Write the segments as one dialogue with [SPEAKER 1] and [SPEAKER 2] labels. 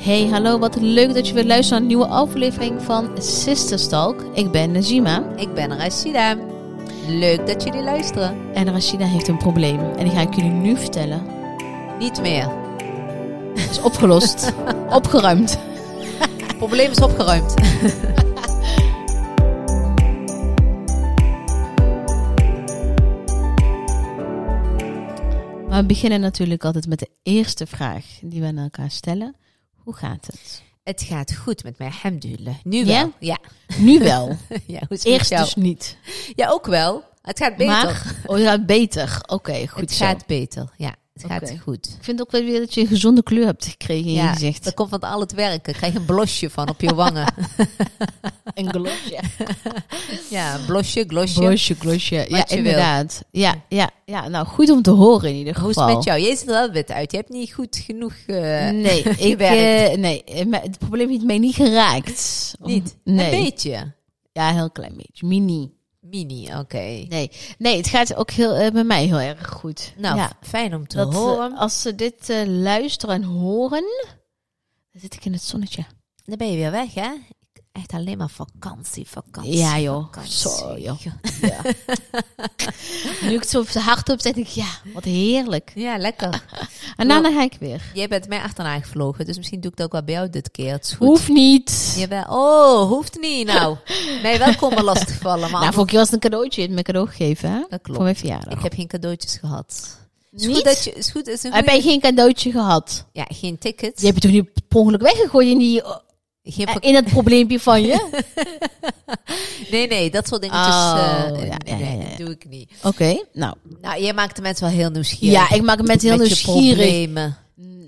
[SPEAKER 1] Hey, hallo, wat leuk dat je weer luistert naar een nieuwe aflevering van Sisterstalk. Ik ben Najima
[SPEAKER 2] Ik ben Rashida. Leuk dat jullie luisteren.
[SPEAKER 1] en Rashida heeft een probleem. En die ga ik jullie nu vertellen.
[SPEAKER 2] Niet meer.
[SPEAKER 1] Het is opgelost, opgeruimd.
[SPEAKER 2] Het probleem is opgeruimd.
[SPEAKER 1] Maar we beginnen natuurlijk altijd met de eerste vraag die we aan elkaar stellen. Hoe gaat het?
[SPEAKER 2] Het gaat goed met mij, alhamdulillah. Nu
[SPEAKER 1] Ja?
[SPEAKER 2] wel. Ja.
[SPEAKER 1] Nu wel.
[SPEAKER 2] ja hoe is het met
[SPEAKER 1] Eerst
[SPEAKER 2] jou?
[SPEAKER 1] dus niet.
[SPEAKER 2] Ja, ook wel. Het gaat beter.
[SPEAKER 1] Maar, oh ja, beter. Oké, goed
[SPEAKER 2] het
[SPEAKER 1] zo.
[SPEAKER 2] gaat beter. Ja, het
[SPEAKER 1] Oké.
[SPEAKER 2] gaat goed.
[SPEAKER 1] Ik vind ook wel weer dat je een gezonde kleur hebt gekregen in je
[SPEAKER 2] Ja,
[SPEAKER 1] gezicht.
[SPEAKER 2] dat komt van al het werken. Krijg je een blosje van op je wangen.
[SPEAKER 1] Een glosje.
[SPEAKER 2] ja, een blosje, glosje.
[SPEAKER 1] Blosje, glosje. Ja,
[SPEAKER 2] Wat je wil.
[SPEAKER 1] inderdaad. Ja, ja, ja, nou goed om te horen in ieder
[SPEAKER 2] Hoe is
[SPEAKER 1] geval.
[SPEAKER 2] het met jou? Je ziet er wel wit uit. Je hebt niet goed genoeg... eh,
[SPEAKER 1] Nee, ik,
[SPEAKER 2] gewerkt.
[SPEAKER 1] eh, nee eh, maar het probleem heeft mij niet geraakt. Om-
[SPEAKER 2] Niet?
[SPEAKER 1] Nee.
[SPEAKER 2] Een beetje.
[SPEAKER 1] Ja, heel klein beetje. Mini.
[SPEAKER 2] Mini, oké.
[SPEAKER 1] Nee, nee het gaat ook heel, eh, bij mij heel erg goed.
[SPEAKER 2] Nou,
[SPEAKER 1] ja,
[SPEAKER 2] fijn om te
[SPEAKER 1] dat, eh,
[SPEAKER 2] horen.
[SPEAKER 1] als ze dit eh, luisteren en horen, dan zit ik in het zonnetje.
[SPEAKER 2] Dan ben je weer weg, hè? Echt alleen maar vakantie, vakantie.
[SPEAKER 1] Ja, joh.
[SPEAKER 2] vakantie.
[SPEAKER 1] Zo, joh. Ja. nu ik het zo hardop zeg, denk ik, ja, wat heerlijk.
[SPEAKER 2] Ja, lekker.
[SPEAKER 1] En daarna ga ik weer.
[SPEAKER 2] Jij bent mij achterna gevlogen, dus misschien doe ik dat ook wel bij jou dit keer. Het is goed.
[SPEAKER 1] Hoeft niet.
[SPEAKER 2] Je bent, oh, hoeft niet nou. Mij wel komen lastigvallen, maar
[SPEAKER 1] Nou, voor keer was het een cadeautje, het me cadeau gegeven, hè?
[SPEAKER 2] dat
[SPEAKER 1] Voor
[SPEAKER 2] klopt.
[SPEAKER 1] mijn verjaardag.
[SPEAKER 2] Ik heb geen cadeautjes gehad. Het is
[SPEAKER 1] Niet?
[SPEAKER 2] goed dat je, het is goed, het is een
[SPEAKER 1] Heb
[SPEAKER 2] goede-
[SPEAKER 1] jij geen cadeautje gehad?
[SPEAKER 2] Ja, geen tickets.
[SPEAKER 1] Die heb je Ah, toch niet per ongeluk weggegooid in, die, eh,
[SPEAKER 2] Geen vak-
[SPEAKER 1] in dat probleempje van je?
[SPEAKER 2] Nee, nee, dat soort dingetjes
[SPEAKER 1] Oh,
[SPEAKER 2] eh,
[SPEAKER 1] ja, ja, ja,
[SPEAKER 2] nee,
[SPEAKER 1] ja.
[SPEAKER 2] dat doe ik niet.
[SPEAKER 1] Oké, nou.
[SPEAKER 2] Nou, jij maakt de mensen wel heel nieuwsgierig.
[SPEAKER 1] Ja, ik maak het mensen heel
[SPEAKER 2] Met je
[SPEAKER 1] nieuwsgierig.
[SPEAKER 2] problemen.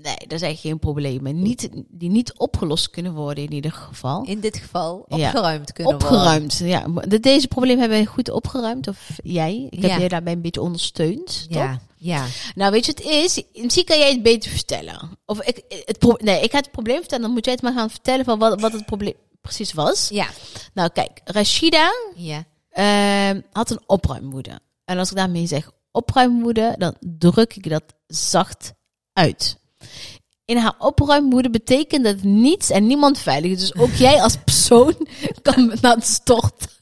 [SPEAKER 1] Nee, er zijn geen problemen. Niet, die niet opgelost kunnen worden in ieder geval.
[SPEAKER 2] In dit geval
[SPEAKER 1] Ja.
[SPEAKER 2] opgeruimd kunnen worden.
[SPEAKER 1] Opgeruimd, ja. De- Deze problemen hebben we goed opgeruimd, of jij. Ik heb
[SPEAKER 2] Ja.
[SPEAKER 1] je daarbij een beetje ondersteund, toch?
[SPEAKER 2] Ja, ja.
[SPEAKER 1] Nou, weet je wat het is? Misschien kan jij het beter vertellen. Of ik, het pro- nee, ik ga het probleem vertellen, dan moet jij het maar gaan vertellen van wat, wat het probleem precies was.
[SPEAKER 2] Ja,
[SPEAKER 1] Nou, kijk, Rashida
[SPEAKER 2] ja.
[SPEAKER 1] Ehm, had een opruimwoede. En als ik daarmee zeg opruimwoede, dan druk ik dat zacht uit. In haar opruimwoede betekent dat niets en niemand veilig is. Dus ook jij als persoon kan naar het stort.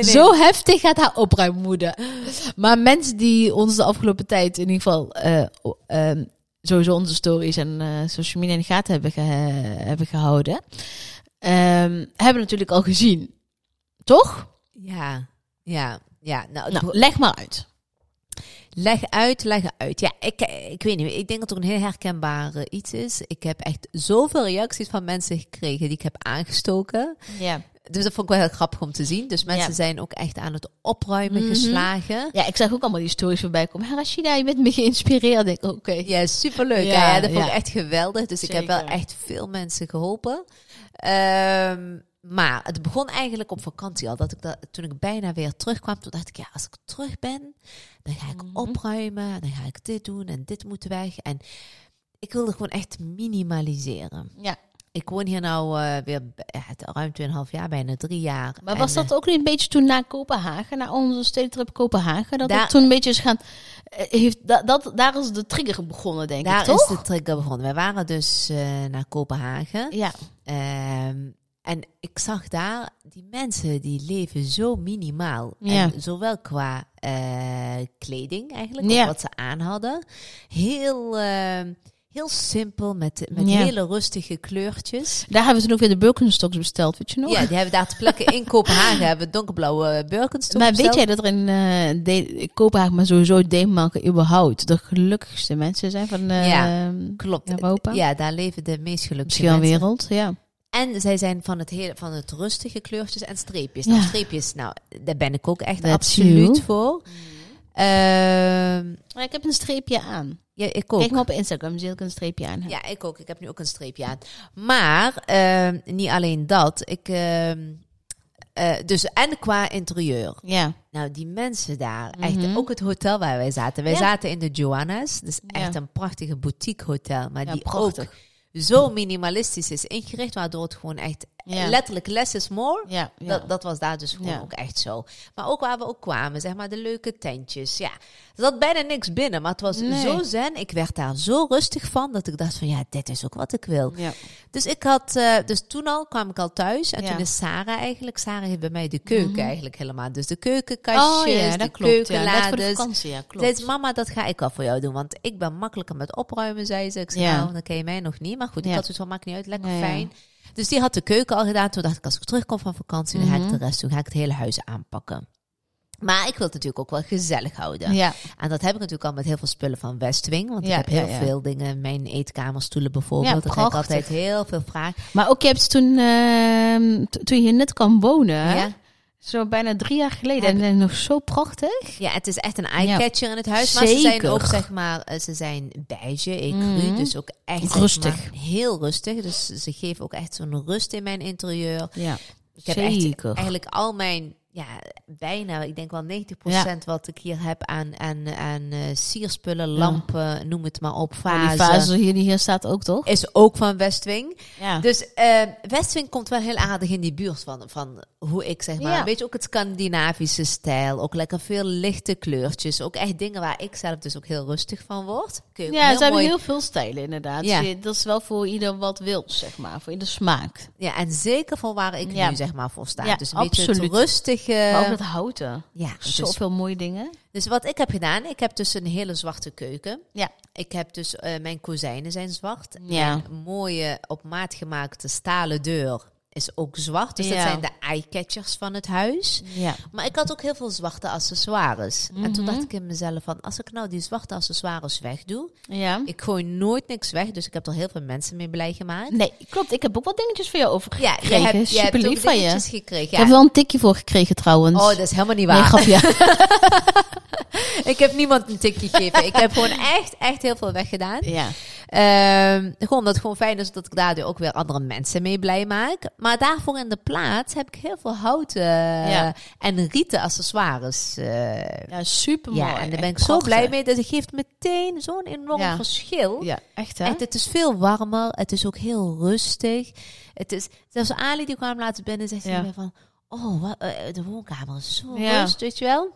[SPEAKER 1] Zo heftig gaat haar opruimwoede. Maar mensen die ons de afgelopen tijd in ieder geval eh, o- ehm, sowieso onze stories en eh, social media in de gaten hebben, ge- hebben gehouden, ehm, hebben natuurlijk al gezien. Toch?
[SPEAKER 2] Ja, ja, ja. Nou, het
[SPEAKER 1] Nou,
[SPEAKER 2] be-
[SPEAKER 1] leg maar uit.
[SPEAKER 2] leg uit, leg uit. Ja, ik, eh, ik weet niet. Ik denk dat er een heel herkenbaar eh, iets is. Ik heb echt zoveel reacties van mensen gekregen die ik heb aangestoken.
[SPEAKER 1] Ja.
[SPEAKER 2] Dus dat vond ik wel heel grappig om te zien. Dus mensen
[SPEAKER 1] Ja.
[SPEAKER 2] zijn ook echt aan het opruimen
[SPEAKER 1] Mhm.
[SPEAKER 2] geslagen.
[SPEAKER 1] ja, ik zag ook allemaal die stories voorbij komen. Hey, Rashida, je bent me geïnspireerd. Ik, oké.
[SPEAKER 2] Ja, superleuk.
[SPEAKER 1] Ja,
[SPEAKER 2] Ja, ja, dat vond
[SPEAKER 1] ja.
[SPEAKER 2] ik echt geweldig. Dus ik heb wel
[SPEAKER 1] Zeker.
[SPEAKER 2] echt veel mensen geholpen. Ehm, maar het begon eigenlijk op vakantie al. Dat ik dat, toen ik bijna weer terugkwam, toen dacht ik, ja, als ik terug ben, dan ga ik
[SPEAKER 1] Mhm.
[SPEAKER 2] opruimen. Dan ga ik dit doen en dit moet weg. En ik wilde gewoon echt minimaliseren.
[SPEAKER 1] Ja.
[SPEAKER 2] Ik woon hier nou eh, weer b- ja, het- ruim 2,5 jaar, bijna drie jaar.
[SPEAKER 1] Maar
[SPEAKER 2] En, eh,
[SPEAKER 1] was dat ook niet een beetje toen na Kopenhagen, na onze stedentrip Kopenhagen, dat
[SPEAKER 2] Daar-
[SPEAKER 1] het toen een beetje is gaan... eh, Heeft, dat, dat, daar is de trigger begonnen, denk
[SPEAKER 2] eh, daar
[SPEAKER 1] ik, toch?
[SPEAKER 2] is de trigger begonnen. We waren dus eh, naar Kopenhagen.
[SPEAKER 1] Ja.
[SPEAKER 2] Ehm, en ik zag daar, die mensen die leven zo minimaal.
[SPEAKER 1] Ja.
[SPEAKER 2] En zowel qua eh, kleding eigenlijk, of
[SPEAKER 1] Ja.
[SPEAKER 2] wat ze aan hadden. Heel, ehm, heel simpel, met, met
[SPEAKER 1] Ja.
[SPEAKER 2] hele rustige kleurtjes.
[SPEAKER 1] Daar hebben we toen ook weer de Birkenstocks besteld, weet je nog?
[SPEAKER 2] Ja, die hebben daar te plekken in Kopenhagen, hebben donkerblauwe Birkenstocks
[SPEAKER 1] maar weet
[SPEAKER 2] besteld.
[SPEAKER 1] jij dat er in eh, De- Kopenhagen, maar sowieso Denemarken überhaupt, de gelukkigste mensen zijn van eh,
[SPEAKER 2] Ja, Klopt.
[SPEAKER 1] Europa?
[SPEAKER 2] Ja, daar leven de meest gelukkige
[SPEAKER 1] misschien wel
[SPEAKER 2] mensen.
[SPEAKER 1] wereld? Ja.
[SPEAKER 2] En zij zijn van het, hele, van het rustige kleurtjes en streepjes.
[SPEAKER 1] Ja.
[SPEAKER 2] Nou, streepjes, nou, daar ben ik ook echt
[SPEAKER 1] That's
[SPEAKER 2] absoluut
[SPEAKER 1] you.
[SPEAKER 2] voor. Ehm,
[SPEAKER 1] Maar ik heb een streepje aan.
[SPEAKER 2] ja, ik ook.
[SPEAKER 1] Kijk maar op Instagram, zie ik een streepje aan. heb.
[SPEAKER 2] ja, ik ook. Ik heb nu ook een streepje aan. Maar ehm, niet alleen dat. Ik, ehm, eh, dus en qua interieur.
[SPEAKER 1] ja.
[SPEAKER 2] Nou, die mensen daar.
[SPEAKER 1] Mhm.
[SPEAKER 2] Echt, ook het hotel waar wij zaten. Wij
[SPEAKER 1] Ja.
[SPEAKER 2] zaten in de Joanna's. Dus
[SPEAKER 1] Ja.
[SPEAKER 2] echt een prachtige boutique hotel. Maar
[SPEAKER 1] Ja,
[SPEAKER 2] die
[SPEAKER 1] prachtig.
[SPEAKER 2] ook zo minimalistisch is ingericht. Waardoor het gewoon echt
[SPEAKER 1] Ja.
[SPEAKER 2] letterlijk less is more.
[SPEAKER 1] Ja, ja.
[SPEAKER 2] Dat, dat was daar dus gewoon
[SPEAKER 1] Ja.
[SPEAKER 2] ook echt zo. Maar ook waar we ook kwamen, zeg maar, de leuke tentjes. Ja, er zat bijna niks binnen, maar het was
[SPEAKER 1] Nee.
[SPEAKER 2] zo zen. Ik werd daar zo rustig van, dat ik dacht van, ja, dit is ook wat ik wil.
[SPEAKER 1] ja.
[SPEAKER 2] Dus ik had, eh, dus toen al kwam ik al thuis. En
[SPEAKER 1] Ja. Mhm.
[SPEAKER 2] toen is Sarah eigenlijk, Sarah heeft bij mij de keuken eigenlijk helemaal. Dus de keukenkastjes,
[SPEAKER 1] Oh Net
[SPEAKER 2] de
[SPEAKER 1] voor de
[SPEAKER 2] keukenlades.
[SPEAKER 1] vakantie, ja, klopt.
[SPEAKER 2] Zei ze, mama, dat ga ik wel voor jou doen. Want ik ben makkelijker met opruimen, zei ze. Ik zei,
[SPEAKER 1] Ja.
[SPEAKER 2] nou, dan ken je mij nog niet. Maar goed,
[SPEAKER 1] Ja.
[SPEAKER 2] ik had zoiets van, maakt niet uit, lekker
[SPEAKER 1] Ja, ja.
[SPEAKER 2] fijn. Dus die had de keuken al gedaan. Toen dacht ik, als ik terugkom van vakantie, dan
[SPEAKER 1] Mhm.
[SPEAKER 2] ga ik de rest doen. Ga ik het hele huis aanpakken. Maar ik wil het natuurlijk ook wel gezellig houden.
[SPEAKER 1] ja.
[SPEAKER 2] En dat heb ik natuurlijk al met heel veel spullen van Westwing. Want
[SPEAKER 1] Ja,
[SPEAKER 2] ik heb heel
[SPEAKER 1] ja, ja.
[SPEAKER 2] veel dingen. Mijn eetkamerstoelen bijvoorbeeld.
[SPEAKER 1] Ja,
[SPEAKER 2] dat heb ik
[SPEAKER 1] prachtig.
[SPEAKER 2] altijd heel veel vragen.
[SPEAKER 1] Maar ook je hebt toen, ehm, t- toen je hier net kwam wonen,
[SPEAKER 2] Ja.
[SPEAKER 1] zo bijna drie jaar geleden,
[SPEAKER 2] Heb-
[SPEAKER 1] en, en nog zo prachtig.
[SPEAKER 2] Ja, het is echt een eyecatcher in het huis. Maar ze zijn
[SPEAKER 1] Zeker.
[SPEAKER 2] ook, zeg maar, eh, ze zijn beige, ecru.
[SPEAKER 1] Mhm.
[SPEAKER 2] Dus ook echt zeg
[SPEAKER 1] Rustig.
[SPEAKER 2] maar, heel rustig. Dus ze geven ook echt zo'n rust in mijn interieur.
[SPEAKER 1] Ja,
[SPEAKER 2] Ik heb echt
[SPEAKER 1] zeker.
[SPEAKER 2] eigenlijk al mijn, ja, bijna, ik denk wel 90% wat ik hier heb aan, aan, aan eh, sierspullen, lampen, noem het maar op,
[SPEAKER 1] Maar die
[SPEAKER 2] vazen.
[SPEAKER 1] fase hier, die hier staat ook, toch?
[SPEAKER 2] Is ook van Westwing.
[SPEAKER 1] Ja.
[SPEAKER 2] Dus eh Westwing komt wel heel aardig in die buurt van, van hoe ik zeg maar.
[SPEAKER 1] Ja.
[SPEAKER 2] Een beetje ook het Scandinavische stijl. Ook lekker veel lichte kleurtjes. Ook echt dingen waar ik zelf dus ook heel rustig van word. Kun je ook
[SPEAKER 1] Ja,
[SPEAKER 2] heel
[SPEAKER 1] ze hebben
[SPEAKER 2] mooi-
[SPEAKER 1] heel veel stijlen inderdaad.
[SPEAKER 2] Ja.
[SPEAKER 1] Dus je- Dat is wel voor ieder wat wil, zeg maar. Voor ieder smaak.
[SPEAKER 2] ja, en zeker voor waar ik
[SPEAKER 1] Ja.
[SPEAKER 2] nu zeg maar voor sta.
[SPEAKER 1] Ja,
[SPEAKER 2] dus een beetje
[SPEAKER 1] absoluut.
[SPEAKER 2] het rustige.
[SPEAKER 1] maar ook dat houten.
[SPEAKER 2] ja, dus,
[SPEAKER 1] Eh, Zoveel mooie dingen.
[SPEAKER 2] dus wat ik heb gedaan, ik heb dus een hele zwarte keuken.
[SPEAKER 1] Ja.
[SPEAKER 2] Ik heb dus, eh, mijn kozijnen zijn zwart.
[SPEAKER 1] Ja.
[SPEAKER 2] Mijn mooie, op maat gemaakte stalen deur is ook zwart. Dus dat
[SPEAKER 1] Ja.
[SPEAKER 2] zijn de eyecatchers van het huis.
[SPEAKER 1] Ja.
[SPEAKER 2] Maar ik had ook heel veel zwarte accessoires. En
[SPEAKER 1] Mhm.
[SPEAKER 2] toen dacht ik in mezelf van, als ik nou die zwarte accessoires wegdoe,
[SPEAKER 1] ja.
[SPEAKER 2] ik gooi nooit niks weg, dus ik heb er heel veel mensen mee blij gemaakt.
[SPEAKER 1] Nee, klopt. Ik heb ook wat dingetjes voor jou overgekregen.
[SPEAKER 2] Ja, je hebt, je hebt
[SPEAKER 1] Super
[SPEAKER 2] ook
[SPEAKER 1] lief van je.
[SPEAKER 2] dingetjes gekregen.
[SPEAKER 1] Ik heb
[SPEAKER 2] Ja.
[SPEAKER 1] wel een tikje voor gekregen trouwens.
[SPEAKER 2] Oh, dat is helemaal niet
[SPEAKER 1] nee,
[SPEAKER 2] waar.
[SPEAKER 1] grapje.
[SPEAKER 2] ik heb niemand een tikje gegeven. ik heb gewoon echt, echt heel veel weggedaan.
[SPEAKER 1] ja.
[SPEAKER 2] Ehm, gewoon omdat het gewoon fijn is dat ik daardoor ook weer andere mensen mee blij maak. Maar daarvoor in de plaats heb ik heel veel houten
[SPEAKER 1] Ja.
[SPEAKER 2] en rieten accessoires eh,
[SPEAKER 1] ja, super mooi.
[SPEAKER 2] Ja, en daar ben ik zo blij mee. Dat geeft meteen zo'n enorm
[SPEAKER 1] Ja.
[SPEAKER 2] verschil.
[SPEAKER 1] Ja, echt hè?
[SPEAKER 2] Echt, het is veel warmer. Het is ook heel rustig. Het is, zelfs Ali die kwam laatst binnen, zegt
[SPEAKER 1] Ja.
[SPEAKER 2] hij weer van... Oh, wat, eh, de woonkamer is zo
[SPEAKER 1] Ja.
[SPEAKER 2] rustig, weet je wel?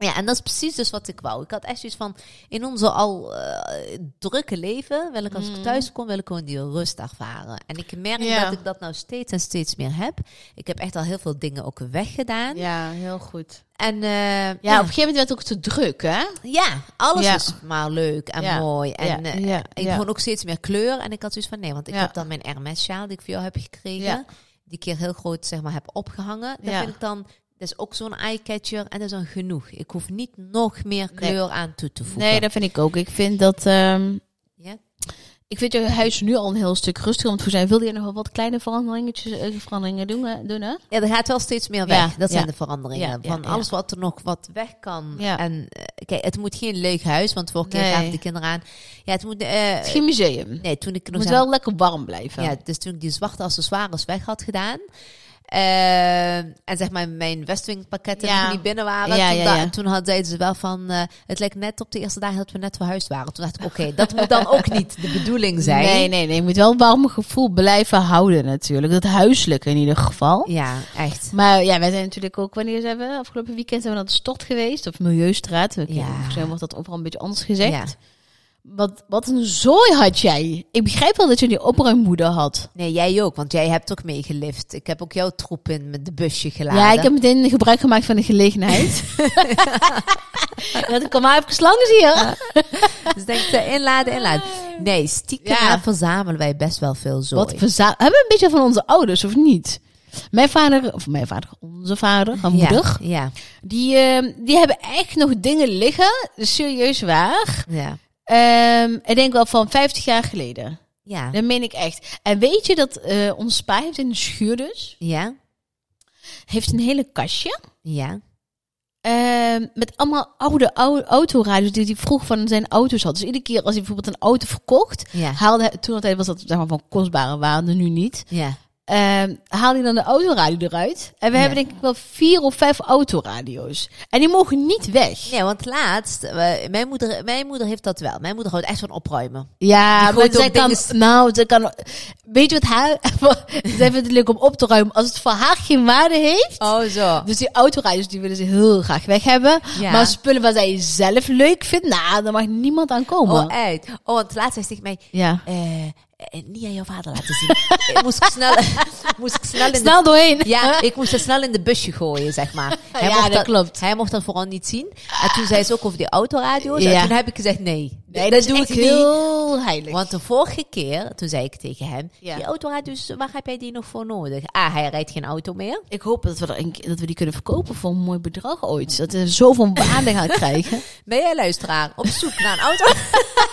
[SPEAKER 2] Ja, en dat is precies dus wat ik wou. Ik had echt zoiets van, in onze al eh, drukke leven... wil ik als ik thuis kom, wil ik gewoon die rust ervaren. En ik merk
[SPEAKER 1] Mm. Ja.
[SPEAKER 2] dat ik dat nou steeds en steeds meer heb. Ik heb echt al heel veel dingen ook weggedaan.
[SPEAKER 1] Ja, heel goed.
[SPEAKER 2] En eh,
[SPEAKER 1] Ja, op een gegeven moment werd het ook te druk, hè?
[SPEAKER 2] ja, alles
[SPEAKER 1] Ja.
[SPEAKER 2] is maar leuk en
[SPEAKER 1] Ja.
[SPEAKER 2] mooi. En
[SPEAKER 1] Ja,
[SPEAKER 2] eh,
[SPEAKER 1] ja,
[SPEAKER 2] ik
[SPEAKER 1] ja.
[SPEAKER 2] gewoon ook steeds meer kleur. En ik had zoiets van, nee, want ik
[SPEAKER 1] Ja.
[SPEAKER 2] heb dan mijn Hermes-sjaal die ik voor jou heb gekregen.
[SPEAKER 1] Ja.
[SPEAKER 2] Die ik hier heel groot zeg maar, heb opgehangen. Dat
[SPEAKER 1] Ja.
[SPEAKER 2] vind ik dan, dat is ook zo'n eyecatcher. En dat is dan genoeg. Ik hoef niet nog meer kleur aan toe te voegen.
[SPEAKER 1] Nee, dat vind ik ook. Ik vind dat... ehm,
[SPEAKER 2] Ja?
[SPEAKER 1] ik vind je huis nu al een heel stuk rustiger. Want voor zijn wilde je nog wel wat kleine veranderingetjes, eh, veranderingen doen, hè? doen, hè?
[SPEAKER 2] ja, er gaat wel steeds meer weg.
[SPEAKER 1] Ja,
[SPEAKER 2] dat zijn
[SPEAKER 1] ja.
[SPEAKER 2] de veranderingen.
[SPEAKER 1] Ja, ja,
[SPEAKER 2] van
[SPEAKER 1] ja.
[SPEAKER 2] alles wat er nog wat weg kan.
[SPEAKER 1] Ja.
[SPEAKER 2] En eh, kijk, het moet geen leeg huis. Want vorige keer
[SPEAKER 1] Nee.
[SPEAKER 2] gaven de kinderen aan. Ja, het moet... eh,
[SPEAKER 1] Het is geen museum. Het
[SPEAKER 2] nee, toen ik nog
[SPEAKER 1] moet
[SPEAKER 2] zeg
[SPEAKER 1] wel lekker warm blijven.
[SPEAKER 2] Ja, dus toen ik die zwarte accessoires weg had gedaan. eh, en zeg maar mijn Westwing pakketten
[SPEAKER 1] Ja.
[SPEAKER 2] nog niet binnen waren.
[SPEAKER 1] Ja,
[SPEAKER 2] toen,
[SPEAKER 1] ja,
[SPEAKER 2] da-
[SPEAKER 1] ja.
[SPEAKER 2] toen had, zeiden ze wel van... eh, het lijkt net op de eerste dag dat we net verhuisd waren. Toen dacht ik, oké, dat moet dan ook niet de bedoeling zijn.
[SPEAKER 1] Nee, nee, nee. Je moet wel een warm gevoel blijven houden natuurlijk. Dat huiselijke in ieder geval.
[SPEAKER 2] Ja, echt.
[SPEAKER 1] Maar ja, wij zijn natuurlijk ook, wanneer zijn we? Afgelopen weekend zijn we naar de stort geweest. Of Milieustraat. Ik weet
[SPEAKER 2] Ja.
[SPEAKER 1] niet, Volgens mij wordt dat overal een beetje anders gezegd.
[SPEAKER 2] Ja.
[SPEAKER 1] Wat, wat een zooi had jij. Ik begrijp wel dat je die opruimmoeder had.
[SPEAKER 2] Nee, jij ook, want jij hebt ook meegelift. Ik heb ook jouw troep in met de busje geladen.
[SPEAKER 1] Ja, ik heb meteen gebruik gemaakt van de gelegenheid. dat ik kom maar even langs hier.
[SPEAKER 2] Dus denk ik, eh, inladen, inladen. Nee, stiekem
[SPEAKER 1] Ah. Ja.
[SPEAKER 2] aan verzamelen wij best wel veel zooi.
[SPEAKER 1] Wat verza- Hebben we een beetje van onze ouders, of niet? Mijn vader, of mijn vader, onze vader, mijn
[SPEAKER 2] ja,
[SPEAKER 1] moeder,
[SPEAKER 2] Ja,
[SPEAKER 1] die, eh, die hebben echt nog dingen liggen, serieus waar.
[SPEAKER 2] ja.
[SPEAKER 1] Ehm, ik denk wel van 50 jaar geleden.
[SPEAKER 2] Ja,
[SPEAKER 1] Dat meen ik echt. En weet je dat eh ons spa heeft in de schuur dus,
[SPEAKER 2] ja,
[SPEAKER 1] heeft een hele kastje.
[SPEAKER 2] ja.
[SPEAKER 1] Ehm, met allemaal oude, oude autoradios die hij vroeg van zijn auto's had. Dus iedere keer als hij bijvoorbeeld een auto verkocht,
[SPEAKER 2] ja.
[SPEAKER 1] haalde hij, toen altijd was dat zeg maar, van kostbare waarde, nu niet.
[SPEAKER 2] ja.
[SPEAKER 1] ehm, haal je dan de autoradio eruit. En we
[SPEAKER 2] Ja.
[SPEAKER 1] hebben denk ik wel vier of vijf autoradio's. En die mogen niet weg.
[SPEAKER 2] Nee, want laatst, eh, mijn, moeder, mijn moeder heeft dat wel. Mijn moeder houdt echt van opruimen.
[SPEAKER 1] Ja,
[SPEAKER 2] Die
[SPEAKER 1] maar
[SPEAKER 2] gooit
[SPEAKER 1] zij
[SPEAKER 2] ook
[SPEAKER 1] kan,
[SPEAKER 2] dingen-
[SPEAKER 1] nou, zij kan, weet je wat haar, zij vindt het leuk om op te ruimen als het voor haar geen waarde heeft.
[SPEAKER 2] Oh, zo.
[SPEAKER 1] Dus die autorijders, die willen ze heel graag weg hebben.
[SPEAKER 2] Ja.
[SPEAKER 1] Maar spullen waar zij zelf leuk vindt, nou, daar mag niemand aan komen.
[SPEAKER 2] Oh, uit. Oh, want laatst zei ze tegen mij,
[SPEAKER 1] ja.
[SPEAKER 2] eh, eh, niet aan jouw vader laten zien. Eh, moest ik snel, moest ik snel in de
[SPEAKER 1] Snel doorheen.
[SPEAKER 2] Ja, ik moest dat snel in de busje gooien, zeg maar. Hij
[SPEAKER 1] Ja,
[SPEAKER 2] mocht
[SPEAKER 1] dat klopt.
[SPEAKER 2] Hij mocht dat vooral niet zien. En toen zei ze ook over die autoradio's.
[SPEAKER 1] Ja.
[SPEAKER 2] En toen heb ik gezegd, nee.
[SPEAKER 1] Nee, dat, doe ik
[SPEAKER 2] echt
[SPEAKER 1] heel heilig.
[SPEAKER 2] Want de vorige keer, toen zei ik tegen hem...
[SPEAKER 1] Ja.
[SPEAKER 2] Die autoradio's, waar heb jij die nog voor nodig? Ah, hij rijdt geen auto meer.
[SPEAKER 1] ik hoop dat we, er een- dat we die kunnen verkopen voor een mooi bedrag ooit. Dat we zoveel waarde gaan krijgen.
[SPEAKER 2] Ben jij luisteraar op zoek naar een auto?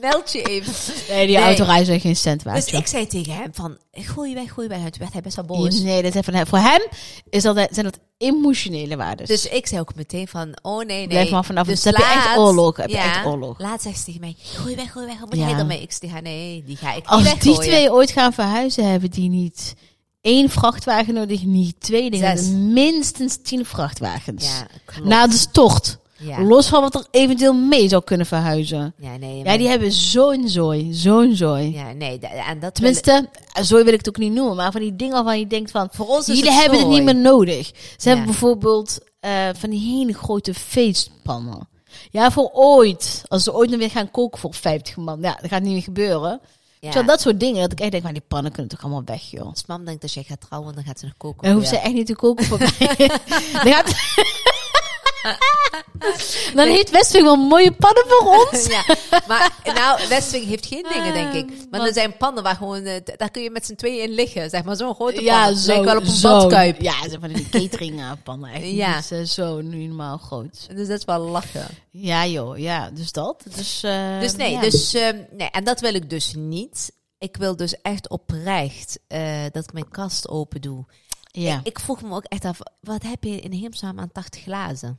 [SPEAKER 2] Meld je even.
[SPEAKER 1] Nee, die
[SPEAKER 2] Nee.
[SPEAKER 1] autorijden zijn geen cent waard.
[SPEAKER 2] Dus
[SPEAKER 1] joh.
[SPEAKER 2] ik zei tegen hem van... Gooi weg, gooi weg. En toen werd hij best wel boos.
[SPEAKER 1] Nee, dat is van hem. Voor hem is dat, zijn dat emotionele waarden.
[SPEAKER 2] Dus ik zei ook meteen van, oh nee, nee.
[SPEAKER 1] Blijf maar vanaf,
[SPEAKER 2] Dus
[SPEAKER 1] dus heb je echt oorlog, heb je echt oorlog.
[SPEAKER 2] Laatst zegt ze tegen mij, gooi weg, gooi weg, wat moet
[SPEAKER 1] Ja.
[SPEAKER 2] jij dan mee? Ik zeg, ja, nee, die ga ik niet
[SPEAKER 1] Als die
[SPEAKER 2] weggooien.
[SPEAKER 1] twee ooit gaan verhuizen, hebben die niet één vrachtwagen nodig, niet twee dingen.
[SPEAKER 2] Zes.
[SPEAKER 1] Minstens tien vrachtwagens.
[SPEAKER 2] Ja, klopt.
[SPEAKER 1] Na de stort.
[SPEAKER 2] ja.
[SPEAKER 1] Los van wat er eventueel mee zou kunnen verhuizen.
[SPEAKER 2] ja, nee.
[SPEAKER 1] Ja, die hebben zo'n zooi. Zo'n zooi.
[SPEAKER 2] ja, nee, da- en dat wil-
[SPEAKER 1] Tenminste, eh, zooi wil ik het ook niet noemen, maar van die dingen waarvan je denkt van...
[SPEAKER 2] voor ons is
[SPEAKER 1] Jullie
[SPEAKER 2] het
[SPEAKER 1] hebben het
[SPEAKER 2] zooi.
[SPEAKER 1] niet meer nodig. Ze hebben
[SPEAKER 2] Ja.
[SPEAKER 1] bijvoorbeeld eh, van die hele grote feestpannen. Ja, voor ooit. Als ze ooit nog weer gaan koken voor 50 man. Ja, dat gaat niet meer gebeuren.
[SPEAKER 2] Ja.
[SPEAKER 1] Zo, dat soort dingen. Dat ik echt denk, maar die pannen kunnen toch allemaal weg, joh.
[SPEAKER 2] Als mam denkt dat jij gaat trouwen, dan gaat ze nog koken.
[SPEAKER 1] Dan hoeft ze
[SPEAKER 2] voor
[SPEAKER 1] echt niet te koken voor mij. dan, gaat... dan heeft Westwing wel mooie pannen voor ons.
[SPEAKER 2] jou. ja, maar nou, Westwing heeft geen dingen, denk ik.
[SPEAKER 1] Ah,
[SPEAKER 2] Maar
[SPEAKER 1] wat-
[SPEAKER 2] er zijn pannen waar gewoon, eh, d- daar kun je met z'n tweeën in liggen. Zeg maar zo'n grote
[SPEAKER 1] Ja,
[SPEAKER 2] pannen.
[SPEAKER 1] zo.
[SPEAKER 2] Lijkt wel op een
[SPEAKER 1] zo.
[SPEAKER 2] badkuip.
[SPEAKER 1] Ja, zo van die cateringpannen. Echt
[SPEAKER 2] Ja.
[SPEAKER 1] ja. zo, nu normaal groot.
[SPEAKER 2] Dus dat is wel lachen.
[SPEAKER 1] Ja joh, ja, dus dat. Dus, eh,
[SPEAKER 2] Dus nee,
[SPEAKER 1] ja.
[SPEAKER 2] dus, ehm, nee, en dat wil ik dus niet. Ik wil dus echt oprecht eh, dat ik mijn kast open doe.
[SPEAKER 1] Ja.
[SPEAKER 2] Ik vroeg me ook echt af, wat heb je in hemelsnaam aan 80 glazen?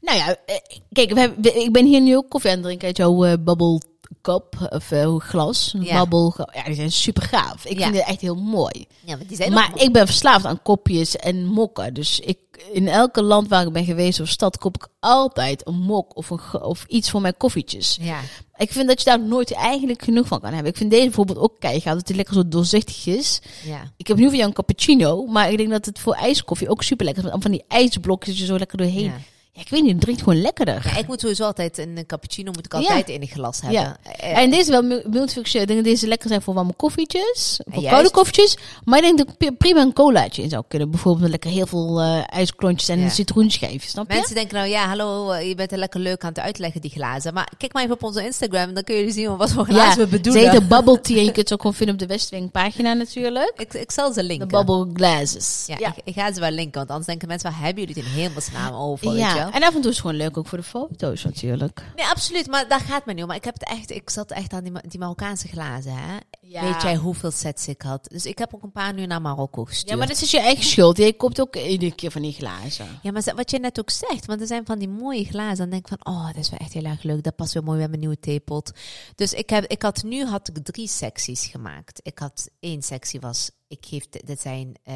[SPEAKER 1] Nou ja, eh, kijk, we hebben- we- ik ben hier nu ook koffie aan het drinken uit jouw eh bubble cup of eh, glas.
[SPEAKER 2] Ja.
[SPEAKER 1] Bubble, gu- ja, die zijn super gaaf. Ik
[SPEAKER 2] Ja.
[SPEAKER 1] vind het echt heel mooi.
[SPEAKER 2] Ja, maar die zijn
[SPEAKER 1] maar
[SPEAKER 2] ook...
[SPEAKER 1] ik ben verslaafd aan kopjes en mokken. Dus ik, in elke land waar ik ben geweest of stad koop ik altijd een mok of, een, ge- of iets voor mijn koffietjes.
[SPEAKER 2] Ja,
[SPEAKER 1] Ik vind dat je daar nooit eigenlijk genoeg van kan hebben. Ik vind deze bijvoorbeeld ook keihard, dat die lekker zo doorzichtig is.
[SPEAKER 2] ja.
[SPEAKER 1] Ik heb nu van jou een cappuccino, maar ik denk dat het voor ijskoffie ook super lekker is. want Van die ijsblokjes er zo lekker doorheen.
[SPEAKER 2] Ja.
[SPEAKER 1] Ja. ik weet niet, het drinkt gewoon lekkerder.
[SPEAKER 2] Ja, ik moet sowieso altijd een eh, cappuccino moet ik altijd in een glas hebben.
[SPEAKER 1] Ja.
[SPEAKER 2] Eh,
[SPEAKER 1] En deze wel mul- multifunctioneel. Ik denk dat deze lekker zijn voor warme koffietjes, voor
[SPEAKER 2] juist.
[SPEAKER 1] koude koffietjes. Maar ik denk dat ik pri- prima een colaatje in zou kunnen. Bijvoorbeeld met lekker heel veel eh, ijsklontjes en
[SPEAKER 2] Ja.
[SPEAKER 1] een citroenschijfje, snap je?
[SPEAKER 2] Mensen denken nou, ja, hallo, eh, je bent er lekker leuk aan het uitleggen, die glazen. Maar kijk maar even op onze Instagram, dan kun je zien wat voor glazen we bedoelen.
[SPEAKER 1] Ze heten bubble tea en je kunt ze ook gewoon vinden op de Westwing pagina natuurlijk.
[SPEAKER 2] ik, ik zal ze
[SPEAKER 1] De
[SPEAKER 2] linken.
[SPEAKER 1] bubble glasses.
[SPEAKER 2] Ja, Ik, ik ga ze wel linken, want anders denken mensen, waar hebben jullie het in hemelsnaam over,
[SPEAKER 1] Ja.
[SPEAKER 2] weet je wel?
[SPEAKER 1] en af en toe is het gewoon leuk ook voor de foto's natuurlijk.
[SPEAKER 2] Nee, absoluut. Maar daar gaat het niet om. Maar ik, heb het echt, ik zat echt aan die, Ma- die Marokkaanse glazen. Hè?
[SPEAKER 1] Ja.
[SPEAKER 2] Weet jij hoeveel sets ik had? Dus ik heb ook een paar nu naar Marokko gestuurd.
[SPEAKER 1] Ja, maar dat is je eigen schuld. Je koopt ook iedere keer van die glazen.
[SPEAKER 2] Ja, maar ze- wat je net ook zegt, want er zijn van die mooie glazen. Dan denk ik van, oh, dat is wel echt heel erg leuk. Dat past weer mooi bij mijn nieuwe theepot. Dus ik, heb, ik had nu had ik drie secties gemaakt. Ik had één sectie was, ik geef, dat zijn eh,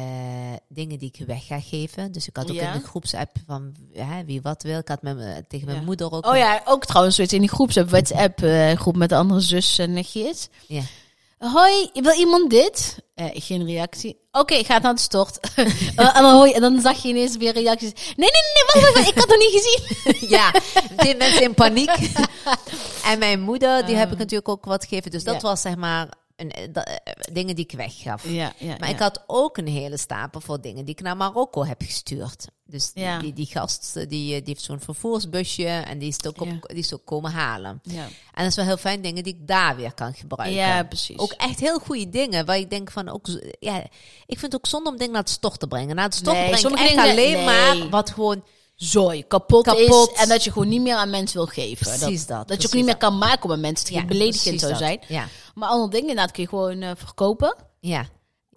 [SPEAKER 2] dingen die ik weg ga geven. Dus ik had ook
[SPEAKER 1] Ja.
[SPEAKER 2] in de groepsapp van hè, wie wat wil. Ik had met, mijn- eh, tegen mijn
[SPEAKER 1] Ja.
[SPEAKER 2] moeder ook.
[SPEAKER 1] Oh ja, ook trouwens zoiets in die groepsapp, WhatsApp eh, groep met de andere zus en uh, Geert.
[SPEAKER 2] Ja.
[SPEAKER 1] Hoi, wil iemand dit? Eh, geen reactie. Oké, gaat naar de stort. Eh, en, dan hoor je- en dan zag je ineens weer reacties. Nee, nee, nee, wacht, wacht, wacht, ik had het niet gezien.
[SPEAKER 2] Ja, die mensen in paniek. en mijn moeder, die heb ik natuurlijk ook wat gegeven. Dus dat
[SPEAKER 1] Ah. Ja.
[SPEAKER 2] was zeg maar een, eh, dat, eh, dingen die ik weggaf.
[SPEAKER 1] Ja, ja,
[SPEAKER 2] Maar ik had ook een hele stapel voor dingen die ik naar Marokko heb gestuurd. Dus die-
[SPEAKER 1] Ja.
[SPEAKER 2] die, die gast eh, die, eh, die heeft zo'n vervoersbusje en die is het ook, op,
[SPEAKER 1] Ja.
[SPEAKER 2] die is het ook komen halen.
[SPEAKER 1] Ja,
[SPEAKER 2] En dat is wel heel fijn dingen die ik daar weer kan gebruiken.
[SPEAKER 1] ja precies.
[SPEAKER 2] Ook echt heel goede dingen waar ik denk van ook. z- Ja, ik vind het ook zonde om dingen naar het stort te brengen. Naar het stort
[SPEAKER 1] Nee,
[SPEAKER 2] brengen
[SPEAKER 1] sommige
[SPEAKER 2] echt
[SPEAKER 1] dingen-
[SPEAKER 2] alleen
[SPEAKER 1] nee.
[SPEAKER 2] maar wat gewoon.
[SPEAKER 1] zooi kapot,
[SPEAKER 2] Kapot.
[SPEAKER 1] is en dat je gewoon niet meer aan mensen wil geven.
[SPEAKER 2] Precies
[SPEAKER 1] dat je
[SPEAKER 2] dat,
[SPEAKER 1] ook
[SPEAKER 2] precies
[SPEAKER 1] niet meer kan maken om aan mensen te
[SPEAKER 2] Ja,
[SPEAKER 1] geven. beledigend
[SPEAKER 2] precies
[SPEAKER 1] zou
[SPEAKER 2] dat.
[SPEAKER 1] zijn.
[SPEAKER 2] Ja.
[SPEAKER 1] Maar andere dingen inderdaad kun je gewoon eh, verkopen.
[SPEAKER 2] Ja.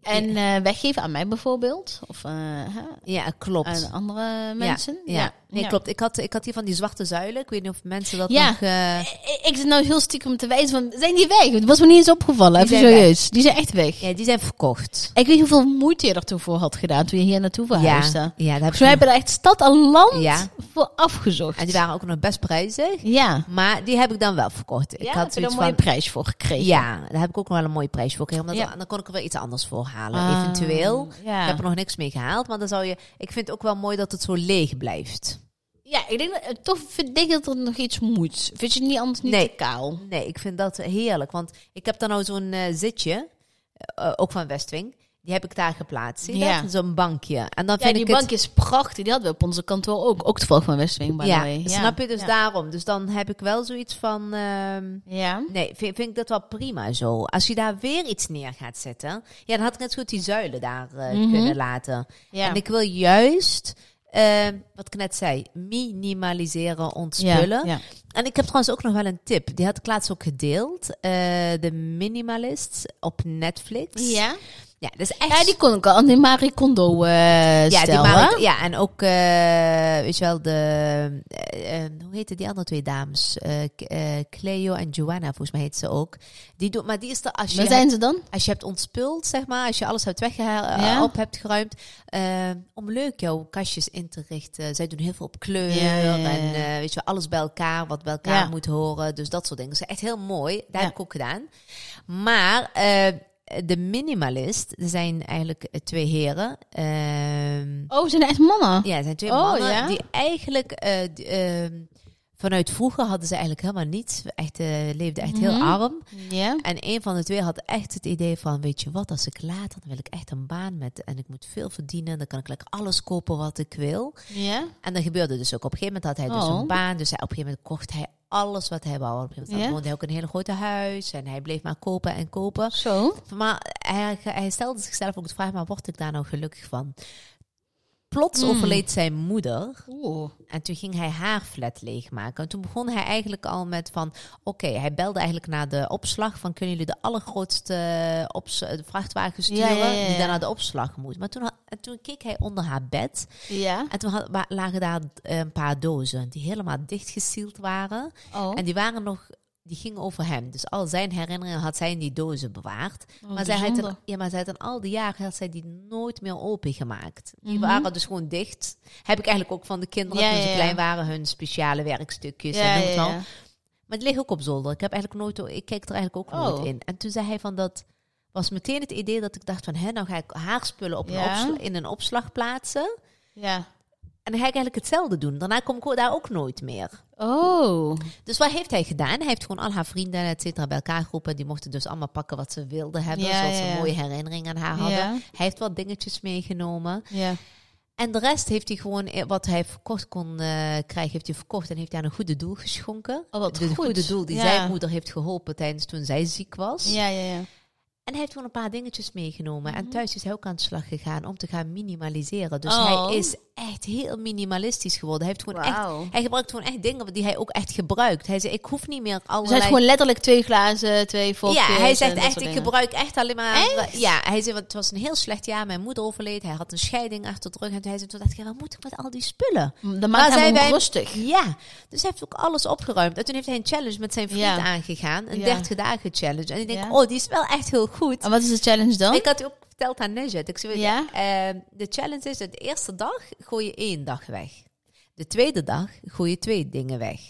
[SPEAKER 1] En eh, weggeven aan mij bijvoorbeeld. Of eh, hè,
[SPEAKER 2] Ja, klopt.
[SPEAKER 1] aan andere mensen.
[SPEAKER 2] Ja, nee, klopt. Ik had, ik had hier van die zwarte zuilen. Ik weet niet of mensen dat
[SPEAKER 1] Ja.
[SPEAKER 2] nog... eh,
[SPEAKER 1] Ik, ik zit nou heel stiekem te wijzen van, zijn die weg? Het was me niet eens opgevallen,
[SPEAKER 2] Die
[SPEAKER 1] even
[SPEAKER 2] zijn weg.
[SPEAKER 1] serieus. Die zijn echt weg.
[SPEAKER 2] ja, die zijn verkocht.
[SPEAKER 1] Ik weet hoeveel moeite je er toen voor had gedaan toen je hier naartoe verhuisde.
[SPEAKER 2] Ja, ja, dat heb
[SPEAKER 1] Zo
[SPEAKER 2] ik...
[SPEAKER 1] hebben er echt stad en land
[SPEAKER 2] Ja.
[SPEAKER 1] voor afgezocht.
[SPEAKER 2] En die waren ook nog best prijzig.
[SPEAKER 1] Ja,
[SPEAKER 2] Maar die heb ik dan wel verkocht. Ik
[SPEAKER 1] ik
[SPEAKER 2] had
[SPEAKER 1] had er een
[SPEAKER 2] zoiets
[SPEAKER 1] mooie
[SPEAKER 2] van...
[SPEAKER 1] prijs voor gekregen.
[SPEAKER 2] Ja, daar heb ik ook nog wel een mooie prijs voor gekregen. Omdat
[SPEAKER 1] Ja.
[SPEAKER 2] dan- dan kon ik er weer iets anders voor halen,
[SPEAKER 1] Ah,
[SPEAKER 2] eventueel.
[SPEAKER 1] ja.
[SPEAKER 2] Ik heb er nog niks mee gehaald. Maar dan zou je... Ik vind het ook wel mooi dat het zo leeg blijft.
[SPEAKER 1] Ja, ik denk dat, eh, toch vind ik dat er nog iets moet. Vind je het niet anders niet
[SPEAKER 2] Nee.
[SPEAKER 1] te kaal?
[SPEAKER 2] Nee, ik vind dat heerlijk. Want ik heb dan nou zo'n eh, zitje, eh, eh, ook van Westwing. Die heb ik daar geplaatst. Zie je
[SPEAKER 1] Ja.
[SPEAKER 2] dat? Zo'n bankje. En dan
[SPEAKER 1] Ja,
[SPEAKER 2] vind
[SPEAKER 1] die
[SPEAKER 2] ik
[SPEAKER 1] bank
[SPEAKER 2] het...
[SPEAKER 1] is prachtig. Die hadden we op onze kantoor ook. Ook toevallig van Westwing, by the
[SPEAKER 2] ja,
[SPEAKER 1] way.
[SPEAKER 2] snap je? Dus
[SPEAKER 1] Ja.
[SPEAKER 2] daarom. Dus dan heb ik wel zoiets van... ehm,
[SPEAKER 1] Ja.
[SPEAKER 2] Nee, vind, vind ik dat wel prima zo. Als je daar weer iets neer gaat zetten... Ja, dan had ik net zo goed die zuilen daar eh,
[SPEAKER 1] Mhm.
[SPEAKER 2] kunnen laten.
[SPEAKER 1] Ja.
[SPEAKER 2] En ik wil juist, eh, wat ik net zei, minimaliseren,
[SPEAKER 1] ja.
[SPEAKER 2] ontspullen.
[SPEAKER 1] ja.
[SPEAKER 2] En ik heb trouwens ook nog wel een tip. Die had ik laatst ook gedeeld. Eh, de Minimalist op Netflix.
[SPEAKER 1] Ja.
[SPEAKER 2] Ja, dat is echt...
[SPEAKER 1] Ja, die kon ik al aan die Marie Kondo eh
[SPEAKER 2] ja, die
[SPEAKER 1] stijl,
[SPEAKER 2] Marit-
[SPEAKER 1] hè?
[SPEAKER 2] ja, en ook, eh, weet je wel, de... eh, eh, hoe heette die andere twee dames? Eh, K- eh, Cleo en Joanna, volgens mij heet ze ook. Die doet, maar die is er als je...
[SPEAKER 1] Waar zijn ze dan?
[SPEAKER 2] als je hebt ontspult, zeg maar, als je alles hebt weggehaald,
[SPEAKER 1] Ja.
[SPEAKER 2] op hebt geruimd, eh, om leuk jouw kastjes in te richten. Zij doen heel veel op kleur
[SPEAKER 1] Ja, ja, ja, ja.
[SPEAKER 2] en eh, weet je, wel, alles bij elkaar, wat bij elkaar
[SPEAKER 1] Ja.
[SPEAKER 2] moet horen. Dus dat soort dingen. Dat is echt heel mooi. Daar
[SPEAKER 1] Ja.
[SPEAKER 2] heb ik ook gedaan. Maar eh, de minimalist, er zijn eigenlijk eh, twee heren. ehm,
[SPEAKER 1] Oh, ze zijn echt mannen.
[SPEAKER 2] ja, het zijn twee
[SPEAKER 1] Oh,
[SPEAKER 2] mannen
[SPEAKER 1] ja?
[SPEAKER 2] die eigenlijk eh, d- ehm, vanuit vroeger hadden ze eigenlijk helemaal niets. Echt, eh, leefden echt
[SPEAKER 1] Mhm.
[SPEAKER 2] heel arm.
[SPEAKER 1] Ja.
[SPEAKER 2] En een van de twee had echt het idee van, weet je wat, als ik later, dan wil ik echt een baan met en ik moet veel verdienen, dan kan ik lekker alles kopen wat ik wil.
[SPEAKER 1] Ja.
[SPEAKER 2] En dat gebeurde dus ook. Op een gegeven moment had hij dus
[SPEAKER 1] Oh.
[SPEAKER 2] een baan, dus hij, op een gegeven moment kocht hij alles wat hij wou. Op een gegeven moment
[SPEAKER 1] Ja.
[SPEAKER 2] woonde hij ook in een hele grote huis en hij bleef maar kopen en kopen.
[SPEAKER 1] Zo.
[SPEAKER 2] Maar hij, hij stelde zichzelf ook de vraag, maar word ik daar nou gelukkig van? Plots
[SPEAKER 1] Mm.
[SPEAKER 2] overleed zijn moeder
[SPEAKER 1] Oeh.
[SPEAKER 2] en toen ging hij haar flat leegmaken. En toen begon hij eigenlijk al met van... Oké, hij belde eigenlijk naar de opslag van... Kunnen jullie de allergrootste ops- eh, vrachtwagen
[SPEAKER 1] Ja,
[SPEAKER 2] sturen
[SPEAKER 1] ja, ja,
[SPEAKER 2] die
[SPEAKER 1] ja.
[SPEAKER 2] dan naar de opslag moet? Maar toen, had- en toen keek hij onder haar bed.
[SPEAKER 1] Ja.
[SPEAKER 2] En toen had- wa- lagen daar eh, een paar dozen die helemaal dichtgesield waren.
[SPEAKER 1] Oh.
[SPEAKER 2] En die waren nog... Die gingen over hem. Dus al zijn herinneringen had zij in die dozen bewaard.
[SPEAKER 1] Oh,
[SPEAKER 2] Maar zij, had dan, ja, maar zij had dan al die jaren had zij die nooit meer opengemaakt. Die
[SPEAKER 1] Mhm.
[SPEAKER 2] waren dus gewoon dicht. Heb ik eigenlijk ook van de kinderen
[SPEAKER 1] Ja,
[SPEAKER 2] toen ze
[SPEAKER 1] ja, ja.
[SPEAKER 2] klein waren, hun speciale werkstukjes en noem het al. Maar het ligt ook op zolder. Ik heb eigenlijk nooit, ik kijk er eigenlijk ook
[SPEAKER 1] Oh.
[SPEAKER 2] nooit in. En toen zei hij van dat was meteen het idee dat ik dacht van, hè, nou ga ik haar spullen op een
[SPEAKER 1] Ja.
[SPEAKER 2] opsla- in een opslag plaatsen.
[SPEAKER 1] Ja.
[SPEAKER 2] En dan ga ik eigenlijk hetzelfde doen. Daarna kom ik daar ook nooit meer.
[SPEAKER 1] Oh.
[SPEAKER 2] Dus wat heeft hij gedaan? Hij heeft gewoon al haar vrienden et cetera, bij elkaar geroepen. Die mochten dus allemaal pakken wat ze wilden hebben.
[SPEAKER 1] Ja,
[SPEAKER 2] zodat
[SPEAKER 1] ja,
[SPEAKER 2] ze
[SPEAKER 1] ja.
[SPEAKER 2] een mooie herinnering aan haar hadden.
[SPEAKER 1] Ja.
[SPEAKER 2] Hij heeft wat dingetjes meegenomen.
[SPEAKER 1] Ja.
[SPEAKER 2] En de rest heeft hij gewoon, eh, wat hij verkocht kon eh, krijgen, heeft hij verkocht en heeft hij aan een goede doel geschonken.
[SPEAKER 1] Oh, wat
[SPEAKER 2] Het
[SPEAKER 1] goed.
[SPEAKER 2] goede doel die
[SPEAKER 1] Ja.
[SPEAKER 2] zijn moeder heeft geholpen tijdens toen zij ziek was.
[SPEAKER 1] Ja, ja, ja.
[SPEAKER 2] En hij heeft gewoon een paar dingetjes meegenomen. En
[SPEAKER 1] Mhm.
[SPEAKER 2] thuis is hij ook aan de slag gegaan om te gaan minimaliseren. Dus
[SPEAKER 1] Oh.
[SPEAKER 2] hij is echt heel minimalistisch geworden. Hij, heeft gewoon echt,
[SPEAKER 1] Wauw.
[SPEAKER 2] hij gebruikt gewoon echt dingen die hij ook echt gebruikt. Hij zei, ik hoef niet meer allerlei...
[SPEAKER 1] Dus hij heeft gewoon letterlijk twee glazen, twee volkjes.
[SPEAKER 2] Ja, hij
[SPEAKER 1] en
[SPEAKER 2] zegt
[SPEAKER 1] dat
[SPEAKER 2] echt,
[SPEAKER 1] soort
[SPEAKER 2] ik
[SPEAKER 1] dingen.
[SPEAKER 2] gebruik echt alleen maar... Ja, hij zei, want het was een heel slecht jaar. Mijn moeder overleed, hij had een scheiding achter de rug. En toen hij zei, toen dacht ik, ja, wat moet ik met al die spullen?
[SPEAKER 1] Dat maakt
[SPEAKER 2] Maar
[SPEAKER 1] hem
[SPEAKER 2] zij
[SPEAKER 1] ook
[SPEAKER 2] wij-
[SPEAKER 1] rustig.
[SPEAKER 2] Ja, dus hij heeft ook alles opgeruimd. En toen heeft hij een challenge met zijn vriend
[SPEAKER 1] Ja.
[SPEAKER 2] aangegaan. Een
[SPEAKER 1] Ja.
[SPEAKER 2] 30 dagen challenge. En ik denk,
[SPEAKER 1] Ja.
[SPEAKER 2] oh, die is wel echt heel goed.
[SPEAKER 1] En wat is de challenge dan?
[SPEAKER 2] Ik had ook verteld aan Najat. Ik zei,
[SPEAKER 1] Ja.
[SPEAKER 2] eh, de challenge is, dat de eerste dag gooi je één dag weg. De tweede dag gooi je twee dingen weg.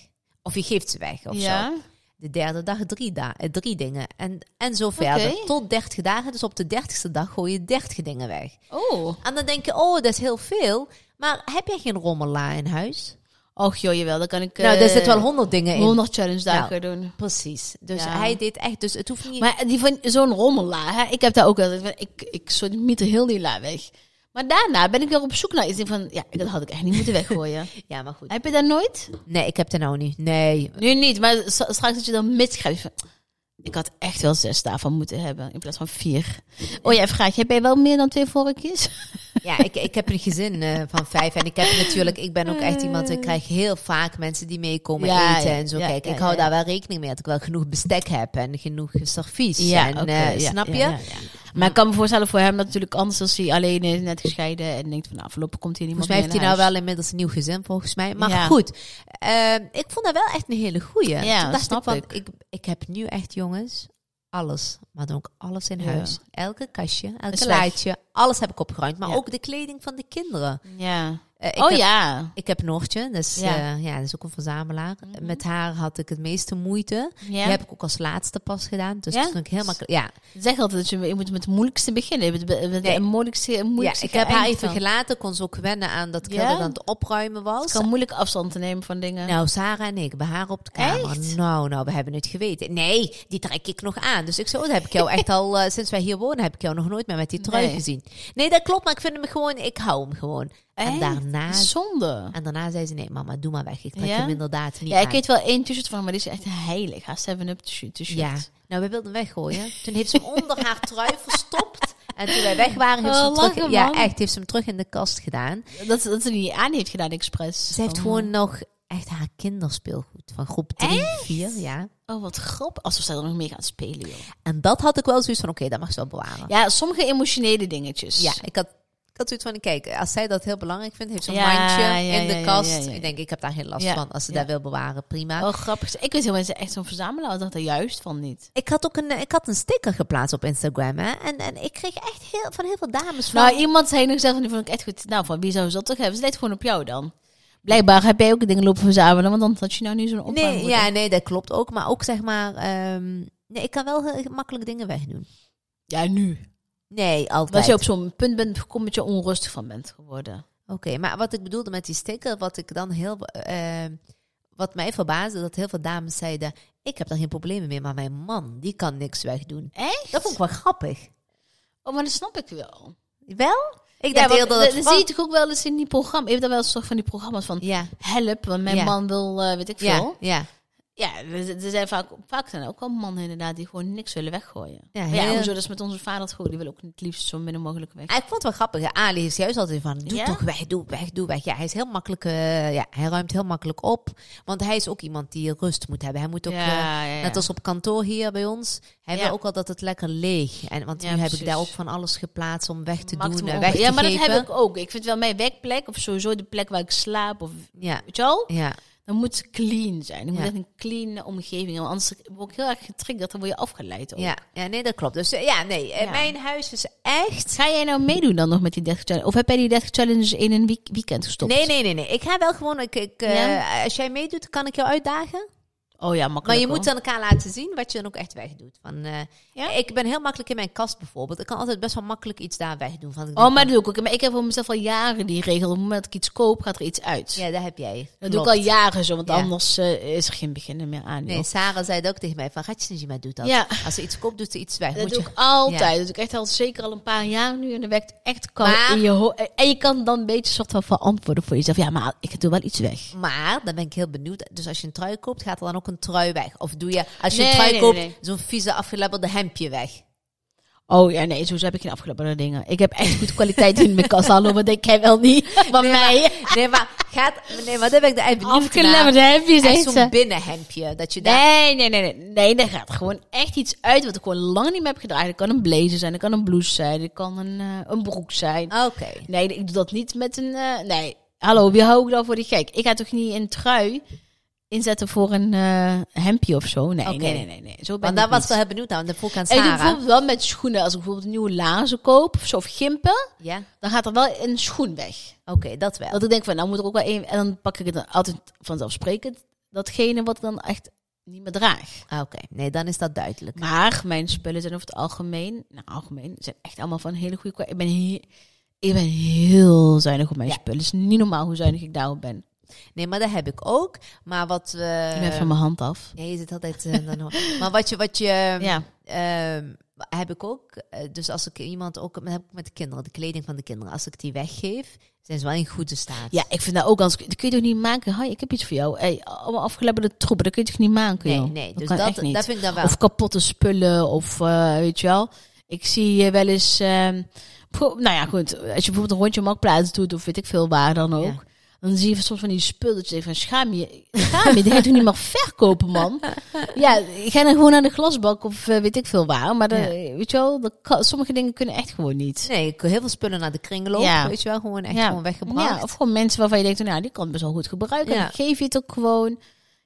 [SPEAKER 2] Of je geeft ze weg of zo.
[SPEAKER 1] ja.
[SPEAKER 2] De derde dag drie, da eh, drie dingen. En, en zo verder.
[SPEAKER 1] Oké.
[SPEAKER 2] Tot 30 dagen. Dus op de dertigste dag gooi je 30 dingen weg.
[SPEAKER 1] Oh.
[SPEAKER 2] En dan denk je, oh, dat is heel veel. Maar heb jij geen rommelaar in huis?
[SPEAKER 1] Och joh, jawel. Dan kan ik...
[SPEAKER 2] nou, daar
[SPEAKER 1] eh,
[SPEAKER 2] zitten wel honderd dingen in.
[SPEAKER 1] 100 challenge dagen doen.
[SPEAKER 2] Precies. Dus
[SPEAKER 1] Ja.
[SPEAKER 2] hij deed echt... Dus het hoeft niet...
[SPEAKER 1] Maar die van zo'n rommelaar, hè, ik heb daar ook wel. Ik, ik soort mieter heel die la weg. Maar daarna ben ik weer op zoek naar iets. Ik denk van, ja, dat had ik echt niet moeten weggooien.
[SPEAKER 2] ja, maar goed.
[SPEAKER 1] heb je dat nooit?
[SPEAKER 2] Nee, ik heb dat nou niet. Nee.
[SPEAKER 1] Nu niet, maar s- straks dat je dan misschrijft. van, Ik had echt wel zes daarvan moeten hebben in plaats van vier. Oh ja, vraag, heb jij wel meer dan twee vorkjes?
[SPEAKER 2] Ja, ik, ik heb een gezin eh, van vijf. En ik heb natuurlijk, ik ben ook echt iemand, ik krijg heel vaak mensen die meekomen
[SPEAKER 1] Ja,
[SPEAKER 2] eten
[SPEAKER 1] ja,
[SPEAKER 2] en zo.
[SPEAKER 1] ja,
[SPEAKER 2] Kijk,
[SPEAKER 1] ja,
[SPEAKER 2] ik hou
[SPEAKER 1] ja,
[SPEAKER 2] daar wel rekening mee dat ik wel genoeg bestek heb en genoeg servies. en,
[SPEAKER 1] oké,
[SPEAKER 2] eh,
[SPEAKER 1] ja,
[SPEAKER 2] snap je?
[SPEAKER 1] ja, ja, ja. Maar ik kan me voorstellen voor hem dat natuurlijk anders als hij alleen is, net gescheiden en denkt van nou, voorlopig komt hier niemand
[SPEAKER 2] Volgens mij heeft
[SPEAKER 1] meer
[SPEAKER 2] hij nou
[SPEAKER 1] in huis.
[SPEAKER 2] wel inmiddels een nieuw gezin, volgens mij. Maar
[SPEAKER 1] Ja.
[SPEAKER 2] goed, eh, ik vond dat wel echt een hele goeie.
[SPEAKER 1] Ja,
[SPEAKER 2] Toen dacht
[SPEAKER 1] snap
[SPEAKER 2] ik, van,
[SPEAKER 1] ik.
[SPEAKER 2] ik. ik. heb nu echt, jongens, alles. Maar dan ook alles in
[SPEAKER 1] Ja.
[SPEAKER 2] huis. Elke kastje,
[SPEAKER 1] Is
[SPEAKER 2] elke
[SPEAKER 1] weg.
[SPEAKER 2] laadje. Alles heb ik opgeruimd. Maar
[SPEAKER 1] Ja.
[SPEAKER 2] ook de kleding van de kinderen.
[SPEAKER 1] Ja.
[SPEAKER 2] Eh, ik
[SPEAKER 1] oh
[SPEAKER 2] heb,
[SPEAKER 1] ja.
[SPEAKER 2] Ik heb Noortje, dus,
[SPEAKER 1] Ja.
[SPEAKER 2] ja. ja, dat is ook een verzamelaar.
[SPEAKER 1] Mhm.
[SPEAKER 2] Met haar had ik het meeste moeite.
[SPEAKER 1] ja.
[SPEAKER 2] Die heb ik ook als laatste pas gedaan. Dus
[SPEAKER 1] Ja?
[SPEAKER 2] dat vond ik helemaal... Ja,
[SPEAKER 1] Ik Zeg altijd dat je, je moet met het moeilijkste beginnen. Met, met- met
[SPEAKER 2] Nee.
[SPEAKER 1] de moeilijkste,
[SPEAKER 2] ja
[SPEAKER 1] moeilijkste
[SPEAKER 2] ik heb haar even
[SPEAKER 1] geëindigd
[SPEAKER 2] gelaten. Kon ze ook wennen aan dat
[SPEAKER 1] Ja?
[SPEAKER 2] kinderen aan het opruimen
[SPEAKER 1] dan.
[SPEAKER 2] was.
[SPEAKER 1] Het kan moeilijk afstand te nemen van dingen.
[SPEAKER 2] Nou, Sarah en ik, bij haar op de kamer.
[SPEAKER 1] Echt?
[SPEAKER 2] Nou, nou, we hebben het geweten. Nee, die trek ik nog aan. Dus ik zo, dat heb ik jou echt al, eh, sinds wij hier wonen, heb ik jou nog nooit meer met die trui
[SPEAKER 1] Nee.
[SPEAKER 2] gezien. Nee, dat klopt, maar ik vind hem gewoon, ik hou hem gewoon. En
[SPEAKER 1] Echt?
[SPEAKER 2] daarna,
[SPEAKER 1] Zonde.
[SPEAKER 2] en daarna zei ze, nee mama, doe maar weg. Ik trek
[SPEAKER 1] Ja?
[SPEAKER 2] hem inderdaad niet
[SPEAKER 1] Ja, ik
[SPEAKER 2] aan.
[SPEAKER 1] weet wel één t-shirt van, maar die is echt heilig. Haar 7-up t-shirt. t-shirt.
[SPEAKER 2] Ja, nou, we wilden hem weggooien. Toen heeft ze hem onder haar trui verstopt. En toen wij weg waren, heeft ze hem
[SPEAKER 1] Oh,
[SPEAKER 2] terug,
[SPEAKER 1] lachen,
[SPEAKER 2] ja,
[SPEAKER 1] man.
[SPEAKER 2] echt, heeft ze hem terug in de kast gedaan. Oh.
[SPEAKER 1] Dat, dat ze die niet aan heeft gedaan expres.
[SPEAKER 2] Ze heeft
[SPEAKER 1] Van,
[SPEAKER 2] gewoon nog echt haar kinderspeelgoed van groep 3, 4, ja.
[SPEAKER 1] Oh, wat grappig. Alsof zij er nog mee gaat spelen, joh.
[SPEAKER 2] En dat had ik wel zoiets van, oké, dat mag ze wel bewaren.
[SPEAKER 1] Ja, sommige emotionele dingetjes.
[SPEAKER 2] Oh. Ja, ik had, ik had zoiets van, kijk, als zij dat heel belangrijk vindt, heeft ze een
[SPEAKER 1] Ja,
[SPEAKER 2] mandje
[SPEAKER 1] ja,
[SPEAKER 2] in de
[SPEAKER 1] ja, ja,
[SPEAKER 2] kast.
[SPEAKER 1] ja, ja.
[SPEAKER 2] Ik denk, ik heb daar geen last
[SPEAKER 1] Ja,
[SPEAKER 2] van. Als ze
[SPEAKER 1] ja.
[SPEAKER 2] dat wil bewaren, prima.
[SPEAKER 1] Wel grappig. Ik weet heel mensen echt zo'n verzamelaar. Ik dacht er juist van niet.
[SPEAKER 2] Ik had ook een, eh, ik had een sticker geplaatst op Instagram, hè. En, en ik kreeg echt heel, van heel veel dames van...
[SPEAKER 1] Nou, iemand zei nog zelf, en die vond ik echt goed. Nou, van wie zou ze dat toch hebben? Ze lijkt gewoon op jou dan. Blijkbaar heb jij ook dingen lopen verzamelen, want dan had je nou nu zo'n opruimwoede.
[SPEAKER 2] nee, ja, nee, dat klopt ook. Maar ook, zeg maar... ehm, nee, ik kan wel heel makkelijk dingen wegdoen.
[SPEAKER 1] Ja, nu.
[SPEAKER 2] Nee, altijd.
[SPEAKER 1] Dat je op zo'n punt bent gekomen dat je onrustig van bent geworden.
[SPEAKER 2] Oké, maar wat ik bedoelde met die sticker, wat ik dan heel. eh, wat mij verbaasde, dat heel veel dames zeiden: Ik heb daar geen problemen mee, maar mijn man, die kan niks wegdoen.
[SPEAKER 1] Echt?
[SPEAKER 2] Dat vond ik wel grappig.
[SPEAKER 1] Oh, maar dat snap ik wel.
[SPEAKER 2] Wel? Ik
[SPEAKER 1] ja,
[SPEAKER 2] dacht
[SPEAKER 1] want
[SPEAKER 2] heel dat.
[SPEAKER 1] dat, dat
[SPEAKER 2] het
[SPEAKER 1] zie je
[SPEAKER 2] Fran-
[SPEAKER 1] toch ook wel eens in die programma's. Even dat wel eens toch van die programma's van
[SPEAKER 2] Ja,
[SPEAKER 1] help, want mijn
[SPEAKER 2] Ja.
[SPEAKER 1] man wil, eh, weet ik
[SPEAKER 2] ja,
[SPEAKER 1] veel.
[SPEAKER 2] ja.
[SPEAKER 1] Ja, er er zijn vaak, vaak zijn er ook wel mannen inderdaad die gewoon niks willen weggooien.
[SPEAKER 2] Ja,
[SPEAKER 1] Maar ja,
[SPEAKER 2] heel-
[SPEAKER 1] hoezo? Dat is met onze vader het goed. Die wil ook het liefst zo min mogelijk weg.
[SPEAKER 2] Ah, Ik vond het wel grappig. hè. Ali is juist altijd van: Doe
[SPEAKER 1] Ja?
[SPEAKER 2] toch weg, doe weg, doe weg. Ja, hij is heel makkelijk. eh, ja, hij ruimt heel makkelijk op. Want hij is ook iemand die rust moet hebben. Hij moet ook. eh,
[SPEAKER 1] ja, ja, ja.
[SPEAKER 2] Net als op kantoor hier bij ons. Hij
[SPEAKER 1] Ja.
[SPEAKER 2] wil ook wel dat het lekker leeg. En, want
[SPEAKER 1] Ja,
[SPEAKER 2] nu heb ik
[SPEAKER 1] precies.
[SPEAKER 2] daar ook van alles geplaatst om weg te
[SPEAKER 1] Maakt
[SPEAKER 2] doen
[SPEAKER 1] hem
[SPEAKER 2] en
[SPEAKER 1] ook-
[SPEAKER 2] weg te
[SPEAKER 1] Ja, maar
[SPEAKER 2] geven.
[SPEAKER 1] dat heb ik ook. Ik vind wel mijn werkplek of sowieso de plek waar ik slaap of
[SPEAKER 2] Ja,
[SPEAKER 1] weet je wel,
[SPEAKER 2] ja,
[SPEAKER 1] dan moet ze clean zijn. Dan moet
[SPEAKER 2] Ja.
[SPEAKER 1] echt een clean omgeving. Want anders word ik heel erg getriggerd. Dan word je afgeleid. Ook.
[SPEAKER 2] ja, ja, nee, dat klopt. Dus eh, ja, nee, eh,
[SPEAKER 1] Ja.
[SPEAKER 2] mijn huis is echt...
[SPEAKER 1] Ga jij nou meedoen dan nog met die 30 challenge? Of heb jij die 30 challenge in een week- weekend gestopt?
[SPEAKER 2] Nee, nee, nee, nee. Ik ga wel gewoon... Ik, ik, eh,
[SPEAKER 1] Ja.
[SPEAKER 2] Als jij meedoet, kan ik jou uitdagen.
[SPEAKER 1] Oh ja, makkelijk.
[SPEAKER 2] Maar je
[SPEAKER 1] hoor.
[SPEAKER 2] moet aan elkaar laten zien wat je dan ook echt wegdoet. Van, eh,
[SPEAKER 1] Ja?
[SPEAKER 2] Ik ben heel makkelijk in mijn kast bijvoorbeeld. Ik kan altijd best wel makkelijk iets daar wegdoen. Van, ik denk
[SPEAKER 1] Oh, maar dat doe ik ook. Maar ik heb voor mezelf al jaren die regel. Op het moment dat ik iets koop, gaat er iets uit.
[SPEAKER 2] van, Ja, dat heb jij.
[SPEAKER 1] Dat doe
[SPEAKER 2] Klopt.
[SPEAKER 1] ik al jaren zo, want
[SPEAKER 2] Ja.
[SPEAKER 1] anders eh, is er geen beginnen meer aan.
[SPEAKER 2] Nee,
[SPEAKER 1] joh.
[SPEAKER 2] Sarah zei dat ook tegen mij. Van, gaat je niet, maar doet dat.
[SPEAKER 1] Ja.
[SPEAKER 2] Als ze iets koopt, doet ze iets weg.
[SPEAKER 1] Dat
[SPEAKER 2] Moet
[SPEAKER 1] doe
[SPEAKER 2] je...
[SPEAKER 1] ik altijd. Dat doe ik echt al zeker al een paar jaar nu. En dat werkt echt koud
[SPEAKER 2] Maar-
[SPEAKER 1] in je hoofd. En je kan dan een beetje soort van verantwoorden voor jezelf. Ja, maar ik doe wel iets weg.
[SPEAKER 2] Maar, dan ben ik heel benieuwd. Dus als je een trui koopt, gaat er dan ook een trui weg? Of doe je, als je
[SPEAKER 1] Nee,
[SPEAKER 2] een trui
[SPEAKER 1] nee,
[SPEAKER 2] koopt,
[SPEAKER 1] nee.
[SPEAKER 2] zo'n vieze afgelabberde hemdje weg?
[SPEAKER 1] Oh ja, nee, zo heb ik geen afgelopen dingen. Ik heb echt goed kwaliteit in mijn kast. Hallo, wat denk jij wel niet van mij?
[SPEAKER 2] Nee, maar gaat, nee, wat heb ik daar echt benieuwd naar?
[SPEAKER 1] Afgelabberde hemdjes,
[SPEAKER 2] Echt
[SPEAKER 1] zegt
[SPEAKER 2] zo'n
[SPEAKER 1] ze.
[SPEAKER 2] binnenhemdje, dat je daar...
[SPEAKER 1] Nee, nee, nee, nee. Nee, daar gaat gewoon echt iets uit wat ik gewoon lang niet meer heb gedragen. Dat kan een blazer zijn, dat kan een blouse zijn, dat kan een, eh, een broek zijn.
[SPEAKER 2] Ah, Oké.
[SPEAKER 1] Nee, ik doe dat niet met een... eh, nee, hallo, wie hou ik dan voor die gek? Ik ga toch niet een trui inzetten voor een eh, hemdje of zo? Nee,
[SPEAKER 2] Oké.
[SPEAKER 1] nee, nee, nee, nee. Zo ben
[SPEAKER 2] Want daar
[SPEAKER 1] ik
[SPEAKER 2] was
[SPEAKER 1] niet.
[SPEAKER 2] ik wel heel benieuwd naar, want dat vroeg ik aan
[SPEAKER 1] Ik doe
[SPEAKER 2] Sarah.
[SPEAKER 1] bijvoorbeeld wel met schoenen. Als ik bijvoorbeeld nieuwe laarzen koop of zo, of gimpen,
[SPEAKER 2] Ja,
[SPEAKER 1] dan gaat er wel een schoen weg.
[SPEAKER 2] oké, dat wel.
[SPEAKER 1] Dat ik denk van, nou moet er ook wel één... En dan pak ik het dan altijd vanzelfsprekend. Datgene wat ik dan echt niet meer draag.
[SPEAKER 2] Ah, Oké, nee, dan is dat duidelijk.
[SPEAKER 1] Maar mijn spullen zijn over het algemeen... Nou, algemeen zijn echt allemaal van hele goede kwaliteit. Ik ben, he- ik ben heel zuinig op mijn
[SPEAKER 2] Ja.
[SPEAKER 1] spullen. Het is niet normaal hoe zuinig ik daarop ben.
[SPEAKER 2] Nee, maar dat heb ik ook. Maar wat we...
[SPEAKER 1] Ik ben van mijn hand af.
[SPEAKER 2] Nee, je zit altijd... eh, dan hoor- maar wat je... Wat je
[SPEAKER 1] Ja.
[SPEAKER 2] Ehm, heb ik ook. eh, Dus als ik iemand ook heb ik met de kinderen, de kleding van de kinderen, als ik die weggeef, zijn ze wel in goede staat.
[SPEAKER 1] ja, ik vind dat ook... Anders, dat kun je toch niet maken? Hoi, ik heb iets voor jou. Hey, allemaal afgelebberde troepen, dat kun je toch niet maken?
[SPEAKER 2] nee,
[SPEAKER 1] joh?
[SPEAKER 2] nee.
[SPEAKER 1] Dat
[SPEAKER 2] dus
[SPEAKER 1] kan
[SPEAKER 2] dat,
[SPEAKER 1] echt niet.
[SPEAKER 2] dat vind ik dan wel.
[SPEAKER 1] Of kapotte spullen, of eh, weet je wel. Ik zie eh, wel eens ehm, pro- nou ja, goed. Als je bijvoorbeeld een rondje marktplaats doet of weet ik veel waar dan ook.
[SPEAKER 2] Ja.
[SPEAKER 1] Dan zie je soms van die spulletjes van schaam je. Schaam je, die ga je toch niet meer verkopen, man. Ja, ga dan gewoon naar de glasbak of eh, weet ik veel waar. Maar dan, weet je wel, dat kan- sommige dingen kunnen echt gewoon niet.
[SPEAKER 2] Nee, ik- heel veel spullen naar de kringloop.
[SPEAKER 1] Ja.
[SPEAKER 2] Weet je wel, gewoon echt
[SPEAKER 1] Ja.
[SPEAKER 2] gewoon weggebracht.
[SPEAKER 1] Ja, of gewoon mensen waarvan je denkt, nou, die kan het best wel goed gebruiken.
[SPEAKER 2] Ja.
[SPEAKER 1] Dan geef je het ook gewoon.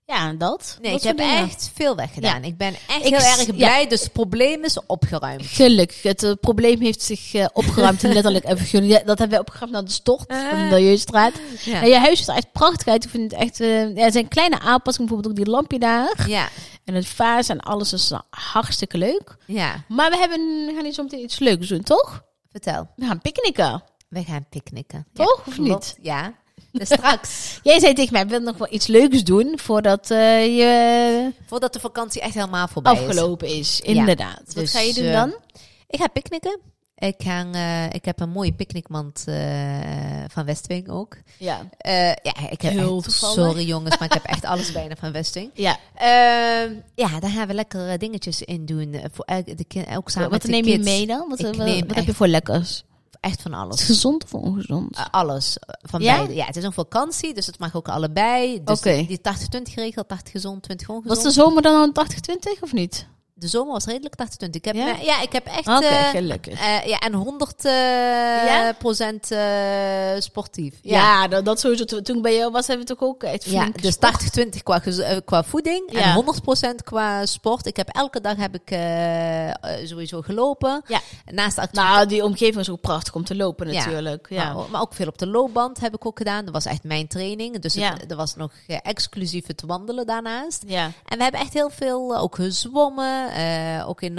[SPEAKER 1] Ja, dat.
[SPEAKER 2] nee,
[SPEAKER 1] Dat soort
[SPEAKER 2] ik heb
[SPEAKER 1] dingen.
[SPEAKER 2] echt veel weggedaan. Ik ben echt
[SPEAKER 1] Ik
[SPEAKER 2] heel
[SPEAKER 1] s-
[SPEAKER 2] erg blij. Dus het probleem is opgeruimd.
[SPEAKER 1] Gelukkig. Het eh, probleem heeft zich eh, opgeruimd, letterlijk en figuurlijk. Ja, dat hebben wij opgeruimd naar de stort van de Milieustraat.
[SPEAKER 2] Ja.
[SPEAKER 1] En je huis is echt prachtig uit. Ik vind het echt... eh, ja, er zijn kleine aanpassingen, bijvoorbeeld ook die lampje daar.
[SPEAKER 2] Ja,
[SPEAKER 1] En het vaas en alles is nou hartstikke leuk.
[SPEAKER 2] ja.
[SPEAKER 1] Maar we hebben, we gaan hier zometeen iets leuks doen, toch?
[SPEAKER 2] Vertel.
[SPEAKER 1] We gaan picknicken.
[SPEAKER 2] We gaan picknicken.
[SPEAKER 1] Toch,
[SPEAKER 2] Ja,
[SPEAKER 1] of
[SPEAKER 2] klopt. Ja. Dus straks.
[SPEAKER 1] Jij zei tegen mij, wil nog wel iets leuks doen voordat eh, je
[SPEAKER 2] Voordat de vakantie echt helemaal
[SPEAKER 1] Oh,
[SPEAKER 2] voorbij is.
[SPEAKER 1] afgelopen is.
[SPEAKER 2] Ja.
[SPEAKER 1] Inderdaad. Wat
[SPEAKER 2] Dus,
[SPEAKER 1] ga je doen
[SPEAKER 2] eh,
[SPEAKER 1] dan?
[SPEAKER 2] Ik ga picknicken. Ik, ga, eh, ik heb een mooie picknickmand eh, van Westwing ook.
[SPEAKER 1] Ja.
[SPEAKER 2] Eh, ja, ik heb
[SPEAKER 1] Heel
[SPEAKER 2] echt-
[SPEAKER 1] toevallig.
[SPEAKER 2] sorry jongens, maar ik heb echt alles bijna van Westwing.
[SPEAKER 1] Ja.
[SPEAKER 2] Ehm, ja, daar gaan we lekkere dingetjes in doen. eh, Voor elk- de kin- ook samen
[SPEAKER 1] Wat
[SPEAKER 2] met de
[SPEAKER 1] neem je
[SPEAKER 2] kids.
[SPEAKER 1] mee dan? Wat, eh,
[SPEAKER 2] Ik
[SPEAKER 1] wat-
[SPEAKER 2] neem
[SPEAKER 1] wat heb
[SPEAKER 2] echt-
[SPEAKER 1] je voor lekkers?
[SPEAKER 2] Echt van
[SPEAKER 1] Is het
[SPEAKER 2] alles.
[SPEAKER 1] gezond of ongezond?
[SPEAKER 2] Eh, alles. eh, Van
[SPEAKER 1] Ja?
[SPEAKER 2] beide. Ja, het is een vakantie, dus het mag ook allebei. Dus
[SPEAKER 1] Oké.
[SPEAKER 2] die 80-20 regel, 80 gezond, 20 ongezond.
[SPEAKER 1] Was dus- de zomer dan al een 80-20 of niet?
[SPEAKER 2] De zomer was redelijk 80-20. Ik heb,
[SPEAKER 1] Ja?
[SPEAKER 2] ja? ja, ik heb echt...
[SPEAKER 1] Oké,
[SPEAKER 2] eh,
[SPEAKER 1] gelukkig.
[SPEAKER 2] eh, ja, en 100 eh,
[SPEAKER 1] Ja?
[SPEAKER 2] procent eh, sportief.
[SPEAKER 1] Ja, dat, dat sowieso. Toen- Toen bij jou was, hebben we toch ook echt
[SPEAKER 2] Ja,
[SPEAKER 1] flink
[SPEAKER 2] dus 80-20 qua, gez- eh, qua voeding
[SPEAKER 1] Ja.
[SPEAKER 2] en 100% qua sport. Ik heb elke dag heb ik eh, eh, sowieso gelopen.
[SPEAKER 1] Ja.
[SPEAKER 2] Naast activiteiten.
[SPEAKER 1] Nou, die omgeving is ook prachtig om te lopen
[SPEAKER 2] Ja. Nou,
[SPEAKER 1] natuurlijk. Ja.
[SPEAKER 2] Maar, maar ook veel op de loopband heb ik ook gedaan. Dat was echt mijn training. Dus het-
[SPEAKER 1] Ja.
[SPEAKER 2] er was nog eh, exclusief het wandelen daarnaast.
[SPEAKER 1] ja.
[SPEAKER 2] En we hebben echt heel veel eh, ook gezwommen. eh, ook in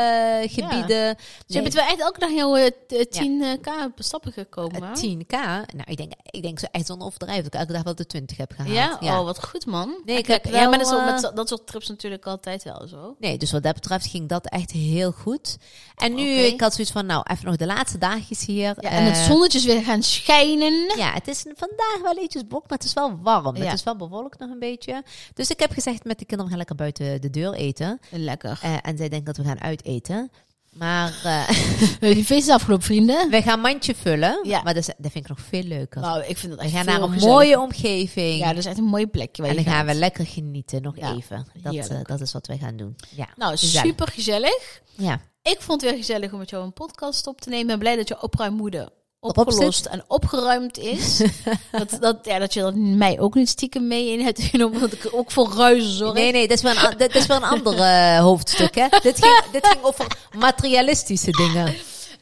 [SPEAKER 2] natuurgebieden.
[SPEAKER 1] Dus je bent wel echt elke dag jouw eh, t- eh, 10k stappen gekomen. hè?
[SPEAKER 2] 10k. Nou, ik denk, ik denk zo echt zonder overdrijven. Dat ik elke dag wel de 20 heb gehaald.
[SPEAKER 1] Ja? Oh, wat goed man.
[SPEAKER 2] Nee, ik
[SPEAKER 1] Echt
[SPEAKER 2] heb
[SPEAKER 1] lekker. Ja, maar dat
[SPEAKER 2] wel,
[SPEAKER 1] is ook met
[SPEAKER 2] eh,
[SPEAKER 1] zo- dat soort trips natuurlijk altijd wel zo.
[SPEAKER 2] Nee, dus wat dat betreft ging dat echt heel goed. En nu,
[SPEAKER 1] Oké.
[SPEAKER 2] ik had zoiets van, nou, even nog de laatste dagjes hier.
[SPEAKER 1] Ja, en het
[SPEAKER 2] Eh,
[SPEAKER 1] zonnetje is weer gaan schijnen.
[SPEAKER 2] Ja, het is vandaag wel ietsjes blok, maar het is wel warm.
[SPEAKER 1] Ja.
[SPEAKER 2] Het is wel bewolkt nog een beetje. Dus ik heb gezegd met de kinderen, we gaan lekker buiten de deur eten.
[SPEAKER 1] Lekker.
[SPEAKER 2] Eh, en zij denken dat we gaan uiteten. Maar eh
[SPEAKER 1] Die feest is afgelopen, vrienden.
[SPEAKER 2] we gaan mandje vullen.
[SPEAKER 1] Ja.
[SPEAKER 2] Maar dat, is- dat vind ik nog veel leuker.
[SPEAKER 1] Nou, ik vind dat
[SPEAKER 2] we
[SPEAKER 1] echt
[SPEAKER 2] gaan
[SPEAKER 1] veel
[SPEAKER 2] naar een
[SPEAKER 1] gezelliger.
[SPEAKER 2] mooie omgeving.
[SPEAKER 1] Ja, dat is echt een mooie plekje. Waar
[SPEAKER 2] en
[SPEAKER 1] je
[SPEAKER 2] dan gaan we
[SPEAKER 1] gaat.
[SPEAKER 2] lekker genieten, nog
[SPEAKER 1] Ja,
[SPEAKER 2] even. Dat, eh,
[SPEAKER 1] heerlijk.
[SPEAKER 2] dat is wat wij gaan doen. Ja.
[SPEAKER 1] Nou,
[SPEAKER 2] Gezellig.
[SPEAKER 1] super gezellig.
[SPEAKER 2] Ja.
[SPEAKER 1] Ik vond het weer gezellig om met jou een podcast op te nemen. Ik ben blij dat je opruimmoede
[SPEAKER 2] Op
[SPEAKER 1] opgelost
[SPEAKER 2] zit.
[SPEAKER 1] en opgeruimd is. dat, dat, ja, dat je dat mij ook niet stiekem mee in hebt genomen. Want ik ook voor ruizen zorg.
[SPEAKER 2] Nee, nee, dat is wel een, an- dat is wel een ander eh, hoofdstuk. Hè? dit, ging, dit ging over materialistische dingen.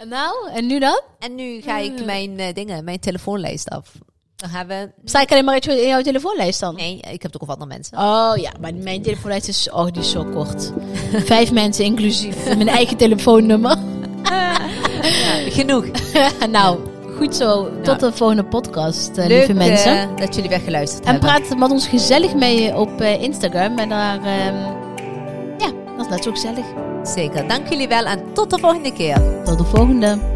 [SPEAKER 1] Nou, en nu dan?
[SPEAKER 2] En nu ga ik mijn eh, dingen, mijn telefoonlijst af. Dan gaan we.
[SPEAKER 1] Sta ik alleen maar uit jou- in jouw telefoonlijst dan?
[SPEAKER 2] Nee, ik heb het ook over andere mensen.
[SPEAKER 1] Oh ja, maar mijn telefoonlijst is, oh, die is zo kort. Vijf mensen inclusief mijn eigen telefoonnummer.
[SPEAKER 2] genoeg.
[SPEAKER 1] nou, goed zo. Tot de volgende podcast, eh,
[SPEAKER 2] Leuk
[SPEAKER 1] lieve mensen.
[SPEAKER 2] eh, dat jullie weer geluisterd
[SPEAKER 1] En
[SPEAKER 2] hebben.
[SPEAKER 1] praat met ons gezellig mee op eh, Instagram. En daar, ehm, ja, dat is net zo gezellig.
[SPEAKER 2] Zeker. Dank jullie wel en tot de volgende keer.
[SPEAKER 1] Tot de volgende.